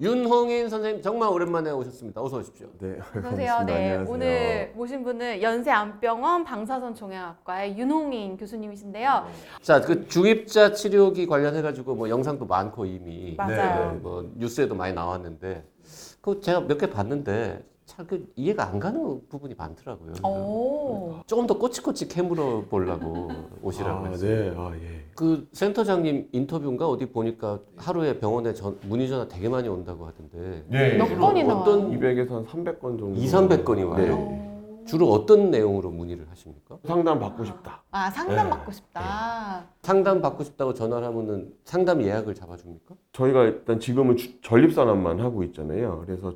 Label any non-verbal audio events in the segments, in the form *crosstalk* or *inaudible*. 윤홍인 선생님 정말 오랜만에 오셨습니다. 어서 오십시오. 네, *laughs* 안녕하세요. 반갑습니다. 네, 안녕하세요. 오늘 모신 분은 연세안병원 방사선 종양학과의 윤홍인 교수님이신데요. 자, 그 중입자 치료기 관련해 가지고 뭐 영상도 많고 이미 맞아요. 네. 뭐 뉴스에도 많이 나왔는데 그 제가 몇 개 봤는데 참 그 이해가 안 가는 부분이 많더라고요. 어. 오. 조금 더 꼬치꼬치 캐물어 *laughs* 보려고 오시라고 아, 했어요. 네. 아, 예. 그 센터장님 인터뷰인가 어디 보니까 하루에 병원에 전, 문의 전화 되게 많이 온다고 하던데 네. 몇 건이 나와요? 어떤 200에서 한 300건 정도. 2, 300건이 와요? 네. 주로 어떤 내용으로 문의를 하십니까? 상담 받고 싶다. 아 상담 네. 받고 싶다. 상담 받고 싶다고 전화를 하면은 상담 예약을 잡아줍니까? 저희가 일단 지금은 주- 전립선암만 하고 있잖아요. 그래서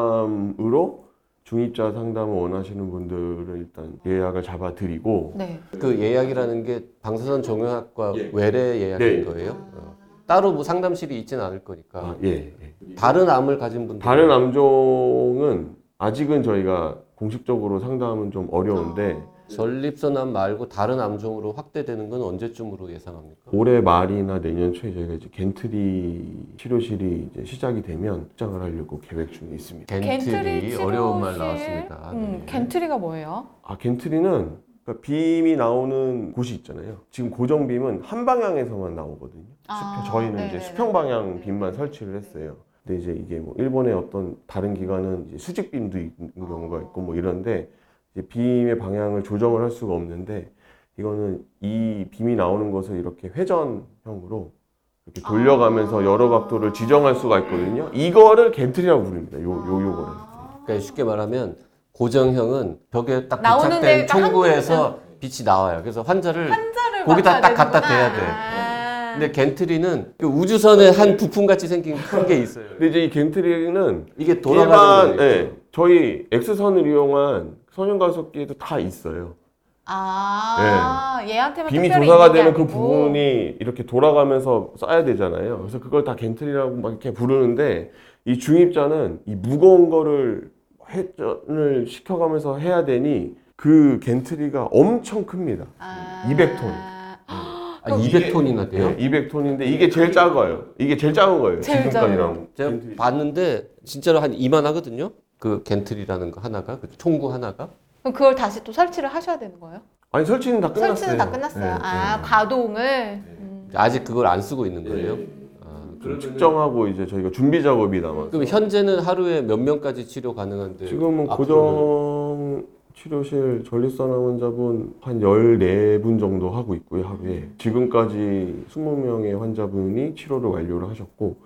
전립선암으로 중입자 상담을 원하시는 분들은 일단 예약을 잡아드리고 네. 그 예약이라는 게 방사선 종양학과 예. 외래 예약인 네. 거예요? 아. 어. 따로 뭐 상담실이 있지는 않을 거니까 아, 예, 예. 다른 암을 가진 분들 다른 암종은 아직은 저희가 공식적으로 상담은 좀 어려운데 아. 전립선암 말고 다른 암종으로 확대되는 건 언제쯤으로 예상합니까? 올해 말이나 내년 초에 저희가 이제 겐트리 치료실이 이제 시작이 되면 확장을 하려고 계획 중에 있습니다. 겐트리 네. 치료실. 어려운 말 나왔습니다. 음, 네. 겐트리가 뭐예요? 아 겐트리는 그러니까 빔이 나오는 곳이 있잖아요. 지금 고정 빔은 한 방향에서만 나오거든요. 아, 수평- 저희는 네네네. 이제 수평 방향 빔만 설치를 했어요. 근데 이제 이게 뭐 일본의 어떤 다른 기관은 이제 수직 빔도 있는 아. 경우가 있고 뭐 이런데 이제 빔의 방향을 조정을 할 수가 없는데 이거는 이 빔이 나오는 것을 이렇게 회전형으로 이렇게 돌려가면서 아. 여러 각도를 지정할 수가 있거든요. 이거를 겐트리라고 부릅니다. 요 요 요거를. 아. 그러니까 쉽게 말하면 고정형은 벽에 딱 나오는 부착된 데가 한 총구에서 빛이 나와요. 그래서 환자를 그러니까 환자를 거기다 맞춰야 딱 갖다 되는구나. 대야 돼. 아. 근데 겐트리는 그 우주선의 한 부품 같이 생긴 큰 게 있어요. 근데 이제 이 겐트리는 이게 일반 돌아가는 예, 거예요. 저희 X선을 이용한 선형가속기에도 다 있어요. 아 네. 얘한테만 빔이 특별히 조사가 있는 게 되는 그 아니고. 부분이 이렇게 돌아가면서 써야 되잖아요. 그래서 그걸 다 겐틀이라고 막 이렇게 부르는데 이 중입자는 이 무거운 거를 회전을 시켜가면서 해야 되니 그 겐트리가 엄청 큽니다. 아. 200톤. 아, 200톤이나 돼요. 200톤인데 예, 이게 제일 작아요. 이게 제일 작은 거예요. 제일 지금까지 작아요. 나온 제가 겐틀이. 봤는데 진짜로 한 이만하거든요. 그 겐트리라는 거 하나가 그 총구 하나가 그럼 그걸 다시 또 설치를 하셔야 되는 거예요? 아니 설치는 다 끝났어요. 설치는 다 끝났어요. 네, 아 네. 과동을. 음. 아직 그걸 안 쓰고 있는 거예요. 예. 아, 좀 측정하고 이제 저희가 준비 작업이 남았어요. 그럼 현재는 하루에 몇 명까지 치료 가능한데 지금은 네, 앞으로는 고정 치료실 전립선 환자분 한 14분 정도 하고 있고요, 하루에. 음. 지금까지 20명의 환자분이 치료를 완료를 하셨고,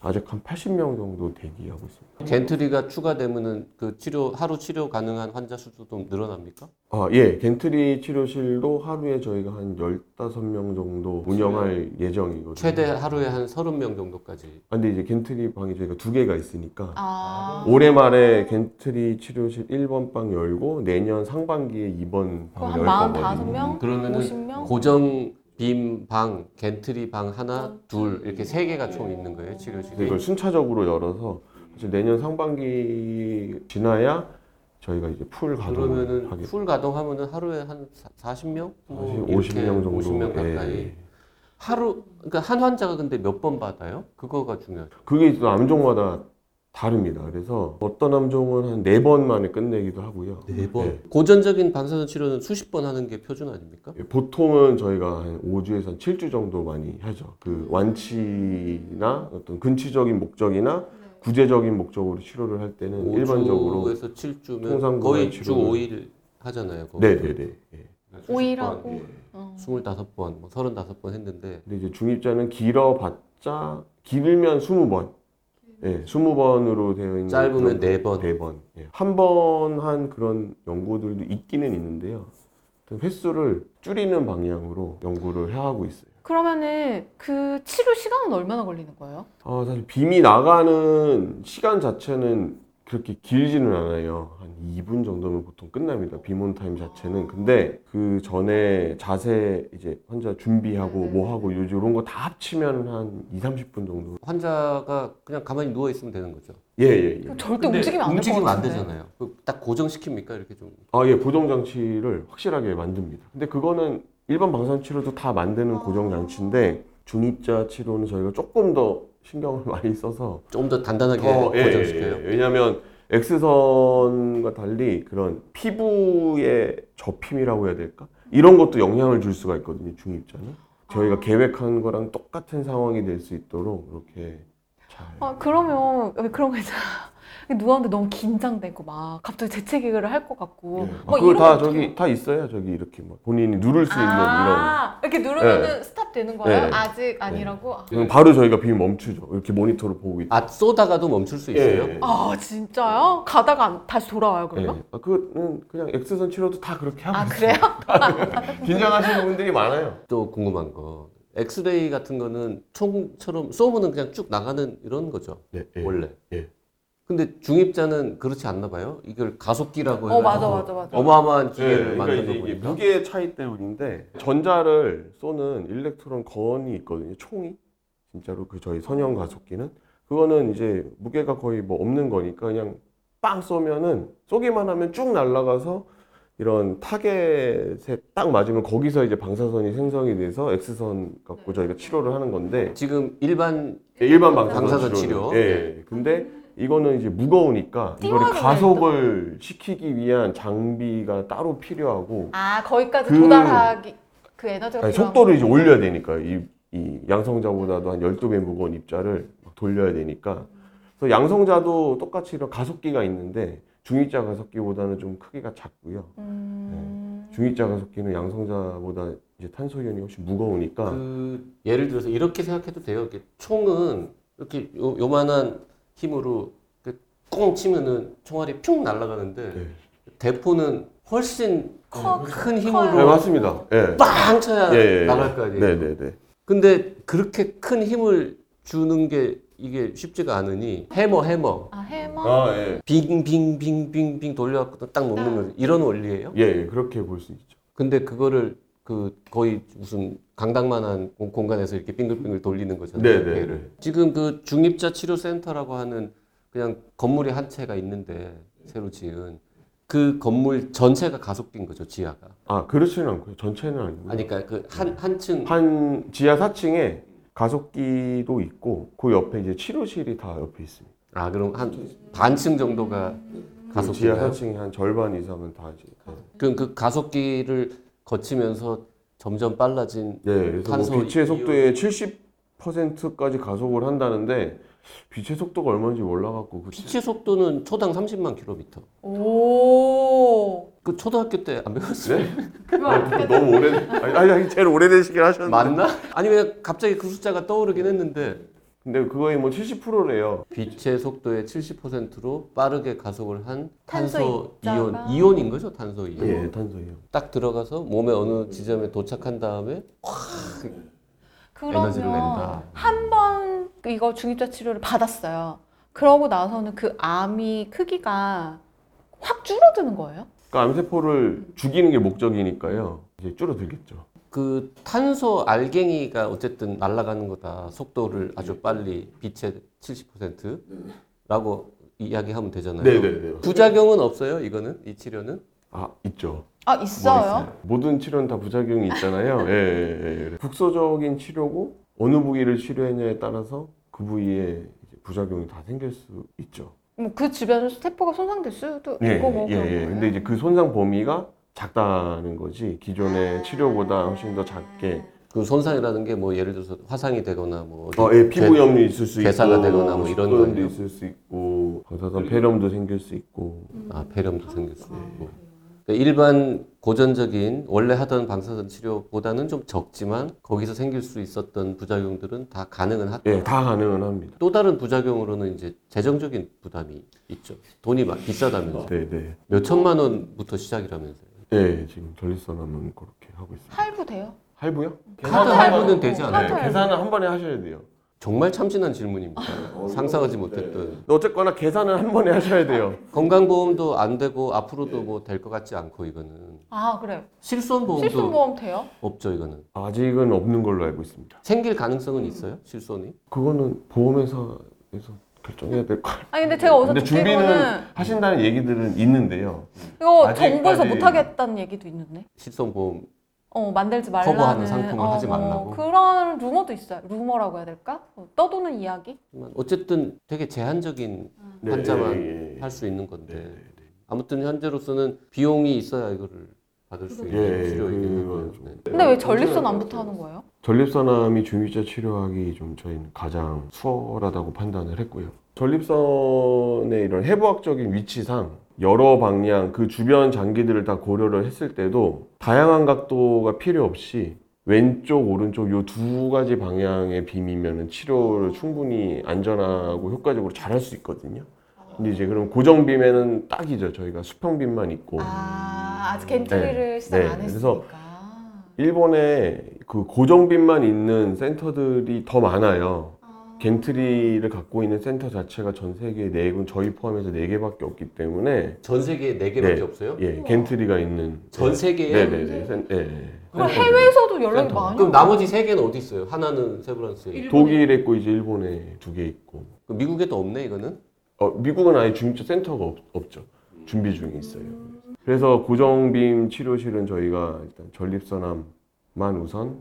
아직 한 80명 정도 대기하고 있습니다. 겐트리가 추가되면은 그 치료 하루 치료 가능한 환자 수도 좀 늘어납니까? 아, 예. 겐트리 치료실도 하루에 저희가 한 15명 정도 운영할 예정이거든요. 최대 하루에 한 30명 정도까지. 아, 근데 이제 겐트리 방이 저희가 두 개가 있으니까. 아. 올해 말에 겐트리 치료실 1번 방 열고 내년 상반기에 2번 그거 방 한 열 45명? 거거든요. 그러면은 50명? 고정 빔 방, 겐트리 방 하나, 둘 이렇게 세 개가 총 있는 거예요 치료실이. 이걸 순차적으로 열어서 사실 내년 상반기 지나야 저희가 이제 풀 가동을 그러면은 하게 풀 가동하면은 하루에 한 사- 40명, 뭐 50명 정도 50명 예, 가까이. 예. 하루 그러니까 한 환자가 근데 몇 번 받아요? 그거가 중요하죠. 그게 또 암종마다 다릅니다. 그래서 어떤 암종은 한 네 번 만에 끝내기도 하고요. 예. 네 번? 고전적인 방사선 치료는 수십 번 하는 게 표준 아닙니까? 예, 보통은 저희가 한 5주에서 7주 정도 많이 하죠. 그 완치나 어떤 근치적인 목적이나 구제적인 목적으로 치료를 할 때는 네, 일반적으로 5주에서 7주면 통상 거의 구간 치료는- 주 5일 하잖아요. 거기서. 네네네. 예. 오일하고 어. 25번, 뭐 35번 했는데 근데 이제 중입자는 길어봤자 길면 20번. 예, 20번으로 되어 있는 짧으면 그런 네 번. 네 번. 예. 한번 한 그런 연구들도 있기는 있는데요. 그 횟수를 줄이는 방향으로 연구를 해 하고 있어요. 그러면은 그 치료 시간은 얼마나 걸리는 거예요? 아, 사실 빔이 나가는 시간 자체는 그렇게 길지는 않아요. 한 2분 정도면 보통 끝납니다. 비몬 타임 자체는. 근데 그 전에 자세 이제 환자 준비하고 뭐 하고 요즘 이런 거 다 합치면 한 2, 30분 정도. 환자가 그냥 가만히 누워 있으면 되는 거죠. 예, 예, 예. 그럼 절대 움직이면 안될것 움직이면 안 같은데. 되잖아요. 그딱 고정시킵니까? 이렇게 좀. 아, 예, 고정장치를 확실하게 만듭니다. 근데 그거는 일반 방사선 치료도 다 만드는 아. 고정장치인데 중입자 치료는 저희가 조금 더 신경을 *laughs* 많이 써서 좀 더 단단하게 더, 예, 고정시켜요. 예, 예. 왜냐하면 X선과 달리 그런 피부의 접힘이라고 해야 될까? 이런 것도 영향을 줄 수가 있거든요. 중입자는 아. 저희가 계획한 거랑 똑같은 상황이 될 수 있도록 이렇게 잘. 아, 그러면 왜 그런 거 있잖아. *laughs* 누웠는데 너무 긴장되고 막 갑자기 재채기를 할 것 같고 예. 막 아, 그거 뭐, 이런 다 거 저기 다 있어요. 저기 이렇게 뭐 본인이 누를 수 있는 아, 이렇게 누르면은 스탑 되는 거예요? 네. 아직 아니라고? 아. 이런. 바로 저희가 비면 멈추죠. 이렇게 모니터로 보고 있. 아 쏘다가도 멈출 수 있어요? 예, 예. 아 진짜요? 가다가 안- 다시 돌아와요 그러면? 예. 아, 그거는 그냥 X선 치료도 다 그렇게 하고 아 있어요. *laughs* 그래요? 긴장하시는 분들이 많아요. 또 궁금한 거. 엑스레이 같은 거는 총처럼 쏘면은 그냥 쭉 나가는 이런 거죠. 네, 예. 원래. 예. 근데 중입자는 그렇지 않나 봐요. 이걸 가속기라고 해서 어 맞아 맞아 맞아 어마어마한 예, 기계를 만든 거 보니까. 무게 차이 때문인데 전자를 쏘는 일렉트론 건이 있거든요. 총이 진짜로 그 저희 선형 가속기는 그거는 이제 무게가 거의 뭐 없는 거니까 그냥 빵 쏘면은 쏘기만 하면 쭉 날아가서 이런 타겟에 딱 맞으면 거기서 이제 방사선이 생성이 돼서 X선 갖고 저희가 치료를 하는 건데 지금 일반 예, 일반 방사선 방사선 치료. 치료. 예. 근데 이거는 이제 무거우니까 이거를 띄워야 가속을 시키기 위한 장비가 따로 필요하고 아 거기까지 그- 도달하기 그 에너지가 필요한 아니, 속도를 이제 올려야 되니까 이, 이 양성자보다도 한 12배 무거운 입자를 막 돌려야 되니까 그래서 양성자도 똑같이 이런 가속기가 있는데 중입자 가속기보다는 좀 크기가 작고요. 음... 중입자 가속기는 양성자보다 이제 탄소이온이 훨씬 무거우니까 그 예를 들어서 이렇게 생각해도 돼요. 이렇게 총은 이렇게 요, 요만한 힘으로 이렇게 꽁 치면은 총알이 퓨 날아가는데 네. 대포는 훨씬 커- 큰 네, 힘으로 커요. 맞습니다. 예. 빵 쳐야 예, 예. 그 나갈 거 아니에요. 네, 네, 네. 근데 그렇게 큰 힘을 주는 게 이게 쉽지가 않으니 해머 해머 아 해머? 아, 예. 빙빙빙빙빙 돌려갖고 딱 놓는 거죠. 이런 원리예요. 예, 예. 그렇게 볼 수 있죠. 근데 그거를 그 거의 무슨 강당만한 공- 공간에서 이렇게 빙글빙글 돌리는 거잖아요. 네, 네, 얘를. 네. 지금 그 중입자 치료 센터라고 하는 그냥 건물이 한 채가 있는데 새로 지은 그 건물 전체가 가속된 거죠 지하가. 아, 그렇지는 않고요. 전체는 아니고요. 아니 그러니까 그한 한층 한 지하 4층에 가속기도 있고 그 옆에 이제 치료실이 다 옆에 있습니다. 아 그럼 한 반층 정도가 그 지하 가속기가요? 4층의 한 절반 이상은 다 이제 그럼 그 가속기를 거치면서 점점 빨라진 예, 그래서 탄소 뭐 빛의 속도의 70%까지 가속을 한다는데 빛의 속도가 얼마인지 몰라갖고 그 빛의 속도는 초당 30만 킬로미터. 오 그 초등학교 때 안 배웠어요? 그거 어떻게 네? 너무 오래된 아니, 아니 아니, 제일 오래된 시기를 하셨는데 *laughs* 맞나? 아니 왜 갑자기 그 숫자가 떠오르긴 했는데 근데 그거의 뭐 70%래요. 빛의 속도의 70%로 빠르게 가속을 한 탄소 탄소 이온 입자가- 이온인 거죠 탄소 이온 예, 탄소예요. 딱 들어가서 몸에 어느 지점에 도착한 다음에 에너지를 그러면 낸다. 한 번그 이거 중입자 치료를 받았어요 그러고 나서는 그 암이 크기가 확 줄어드는 거예요? 그러니까 암세포를 죽이는 게 목적이니까요. 이제 줄어들겠죠. 그 탄소 알갱이가 어쨌든 날아가는 거다 속도를 음. 아주 빨리 빛의 70%라고 이야기하면 되잖아요. 음. 네네네. 부작용은 없어요 이거는 이 치료는 아 있죠. 아 뭐 있어요? 있어요? 모든 치료는 다 부작용이 있잖아요. 예, 예, 예. 국소적인 치료고 어느 부위를 치료했냐에 따라서 그 부위에 이제 부작용이 다 생길 수 있죠. 뭐 그 주변에서 세포가 손상될 수도 예, 있고 뭐 예, 그런 예. 거예요? 근데 이제 그 손상 범위가 작다는 거지 기존의 치료보다 훨씬 더 작게. 그 손상이라는 게 뭐 예를 들어서 화상이 되거나 뭐 어디 어, 예, 괴- 피부염이 있을 수 괴사가 있고, 되거나 뭐 이런 식도염도 거예요? 있을 수 있고, 방사선 폐렴도 생길 수 있고. 아, 폐렴도 생길 수 있고. 그러니까 일반 고전적인 원래 하던 방사선 치료보다는 좀 적지만 거기서 생길 수 있었던 부작용들은 다 가능은 하다. 예, 다 가능은 합니다. 또 다른 부작용으로는 이제 재정적인 부담이 있죠. 돈이 막 비싸다면서 네, 네. 몇 천만 원부터 시작이라면서요. 예, 지금 전립선 하면 그렇게 하고 있습니다. 할부 돼요? 할부요? 카드 할부는 되지 않아요. 카드 네, 할부. 계산은 한 번에 하셔야 돼요. 정말 참신한 질문입니다. 상상하지 못했던. 네. 근데 어쨌거나 계산을 한 번에 하셔야 돼요. 건강보험도 안 되고 예. 앞으로도 뭐 될 것 같지 않고 이거는 아 그래요. 실손보험도 실손보험 돼요? 없죠 이거는 아직은 없는 걸로 알고 있습니다. 생길 가능성은 있어요 실손이 그거는 보험회사에서 결정해야 될 거예요. 아니 근데 제가 어디서 근데 준비는 듣기로는 하신다는 얘기들은 있는데요. 이거 아직까지- 정부에서 못하겠다는 얘기도 있는데. 실손보험 어 만들지 말라는 거부하는 상품을 하지 뭐 말라고? 그런 루머도 있어요. 루머라고 해야 될까? 어, 떠도는 이야기? 어쨌든 되게 네. 제한적인 네. 환자만 예, 할 수 있는 건데 아무튼 현재로서는 비용이 있어야 이거를 받을 수 있는 예, 치료이긴 그건 하고요. 좀. 네. 근데 왜 전립선 언제나 안부터 하는 거예요? 전립선암이 중위자 치료하기 좀 저희는 가장 수월하다고 판단을 했고요. 전립선의 이런 해부학적인 위치상 여러 방향 그 주변 장기들을 다 고려를 했을 때도 다양한 각도가 필요 없이 왼쪽 오른쪽 요 두 가지 방향의 빔이면 치료를 충분히 안전하고 효과적으로 잘 할 수 있거든요. 근데 이제 그럼 고정 빔에는 딱이죠. 저희가 수평 빔만 있고 아 아직 겐트리를 시작 네, 안 그래서- 했으니까. 일본에 그 고정빈만 있는 센터들이 더 많아요. 아. 겐트리를 갖고 있는 센터 자체가 전 세계 네 군, 저희 포함해서 네 개밖에 없기 때문에 전 세계에 네 개밖에 네. 없어요? 예, 겐트리가 있는 전 세계에 네네네, 센, 예, 예. 그럼 센터들. 해외에서도 연락이 센터. 많이 그럼 오고 나머지 세 개는 어디 있어요? 하나는 세브란스에 있고. 독일에 있고 이제 일본에 두 개 있고 그럼 미국에도 없네 이거는. 어, 미국은 아예 중립적 센터가 없, 없죠. 준비 중에 있어요. 그래서 고정빔 치료실은 저희가 일단 전립선암만 우선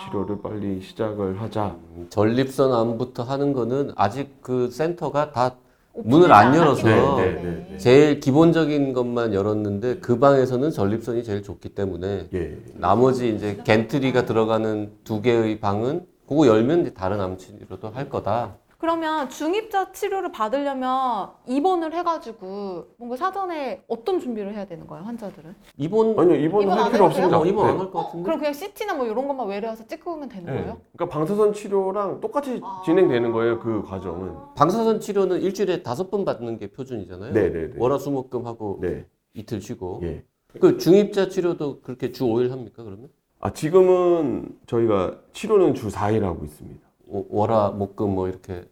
치료를 아. 빨리 시작을 하자. 음, 전립선 암부터 하는 거는 아직 그 센터가 다 오픈이 문을 안 안 열어서 하긴 네, 네, 네. 제일 기본적인 것만 열었는데 그 방에서는 전립선이 제일 좋기 때문에 예. 나머지 이제 겐트리가 들어가는 두 개의 방은 그거 열면 이제 다른 암 치료도 할 거다. 그러면 중입자 치료를 받으려면 입원을 해가지고 뭔가 사전에 어떤 준비를 해야 되는 거예요 환자들은? 이번 아니요, 이번은 이번 할 안 필요 해도 돼요? 없습니다. 어, 이번 네. 안 할 것 같은데. 그럼 그냥 CT나 뭐 이런 것만 외래 와서 찍고 오면 네. 되는 거예요? 그러니까 방사선 치료랑 똑같이 아. 진행되는 거예요 그 과정은. 방사선 치료는 일주일에 다섯 번 받는 게 표준이잖아요. 네네네. 월화수목금 하고 네. 이틀 쉬고. 예. 그 중입자 치료도 그렇게 주 5일 합니까 그러면? 아 지금은 저희가 치료는 주 4일 하고 있습니다. 오- 월화 목금 뭐 이렇게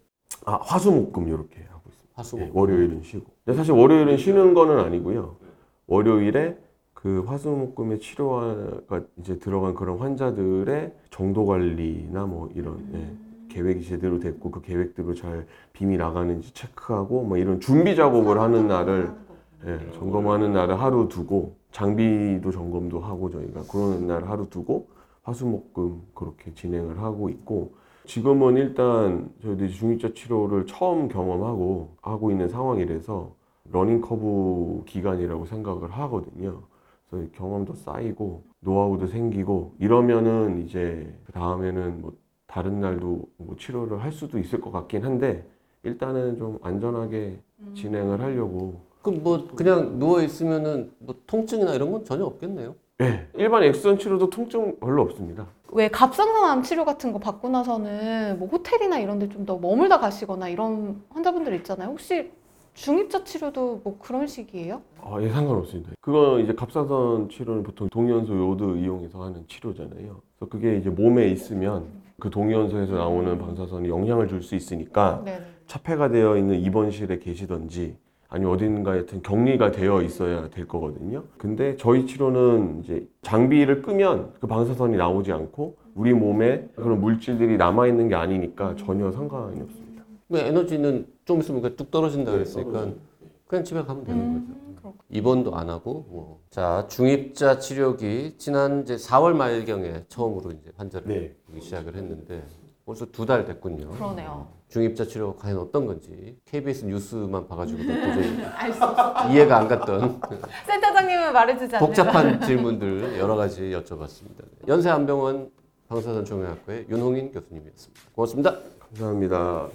아 화수목금 이렇게 하고 있습니다. 화수목. 예, 월요일은 쉬고. 근데 사실 월요일은 쉬는 거는 아니고요. 월요일에 그 화수목금에 치료가 이제 들어간 그런 환자들의 정도 관리나 뭐 이런 예, 계획이 제대로 됐고 그 계획대로 잘 빔이 나가는지 체크하고 뭐 이런 준비 작업을 하는 날을 예, 점검하는 날을 하루 두고 장비도 점검도 하고 저희가 그러는 날 하루 두고 화수목금 그렇게 진행을 하고 있고 지금은 일단 저희들이 중입자 치료를 처음 경험하고 하고 있는 상황이라서 러닝 커브 기간이라고 생각을 하거든요. 그래서 경험도 쌓이고 노하우도 생기고 이러면은 이제 그 다음에는 뭐 다른 날도 뭐 치료를 할 수도 있을 것 같긴 한데 일단은 좀 안전하게 음. 진행을 하려고 그럼 뭐 그냥 누워 있으면은 뭐 통증이나 이런 건 전혀 없겠네요. 네, 일반 엑스선 치료도 통증 별로 없습니다. 왜 갑상선암 치료 같은 거 받고 나서는 뭐 호텔이나 이런 데 좀 더 머물다 가시거나 이런 환자분들 있잖아요. 혹시 중입자 치료도 뭐 그런 식이에요? 아, 예, 상관없습니다. 그건 이제 갑상선 치료는 보통 동연소 요드 이용해서 하는 치료잖아요. 그래서 그게 이제 몸에 있으면 그 동연소에서 나오는 방사선이 영향을 줄 수 있으니까 네. 차폐가 되어 있는 입원실에 계시던지 아니면 어딘가에 하여튼 격리가 되어 있어야 될 거거든요. 근데 저희 치료는 이제 장비를 끄면 그 방사선이 나오지 않고 우리 몸에 그런 물질들이 남아 있는 게 아니니까 전혀 상관이 없습니다. 그 에너지는 좀 있으면 그냥 뚝 네, 떨어진다 그랬으니까 그냥 집에 가면 되는 음, 그렇군. 거죠. 입원도 안 하고 뭐. 자 중입자 치료기 지난 이제 4월 말경에 처음으로 이제 환자를 네. 보기 시작을 했는데 벌써 두 달 됐군요. 그러네요. 중입자 치료가 과연 어떤 건지 KBS 뉴스만 봐가지고 도저히 *laughs* 알 수 없어. 이해가 안 갔던 센터장님은 말해주지 않네요. 복잡한 질문들 여러 가지 여쭤봤습니다. 연세안병원 방사선 종양학과의 윤홍인 교수님이었습니다. 고맙습니다. 감사합니다.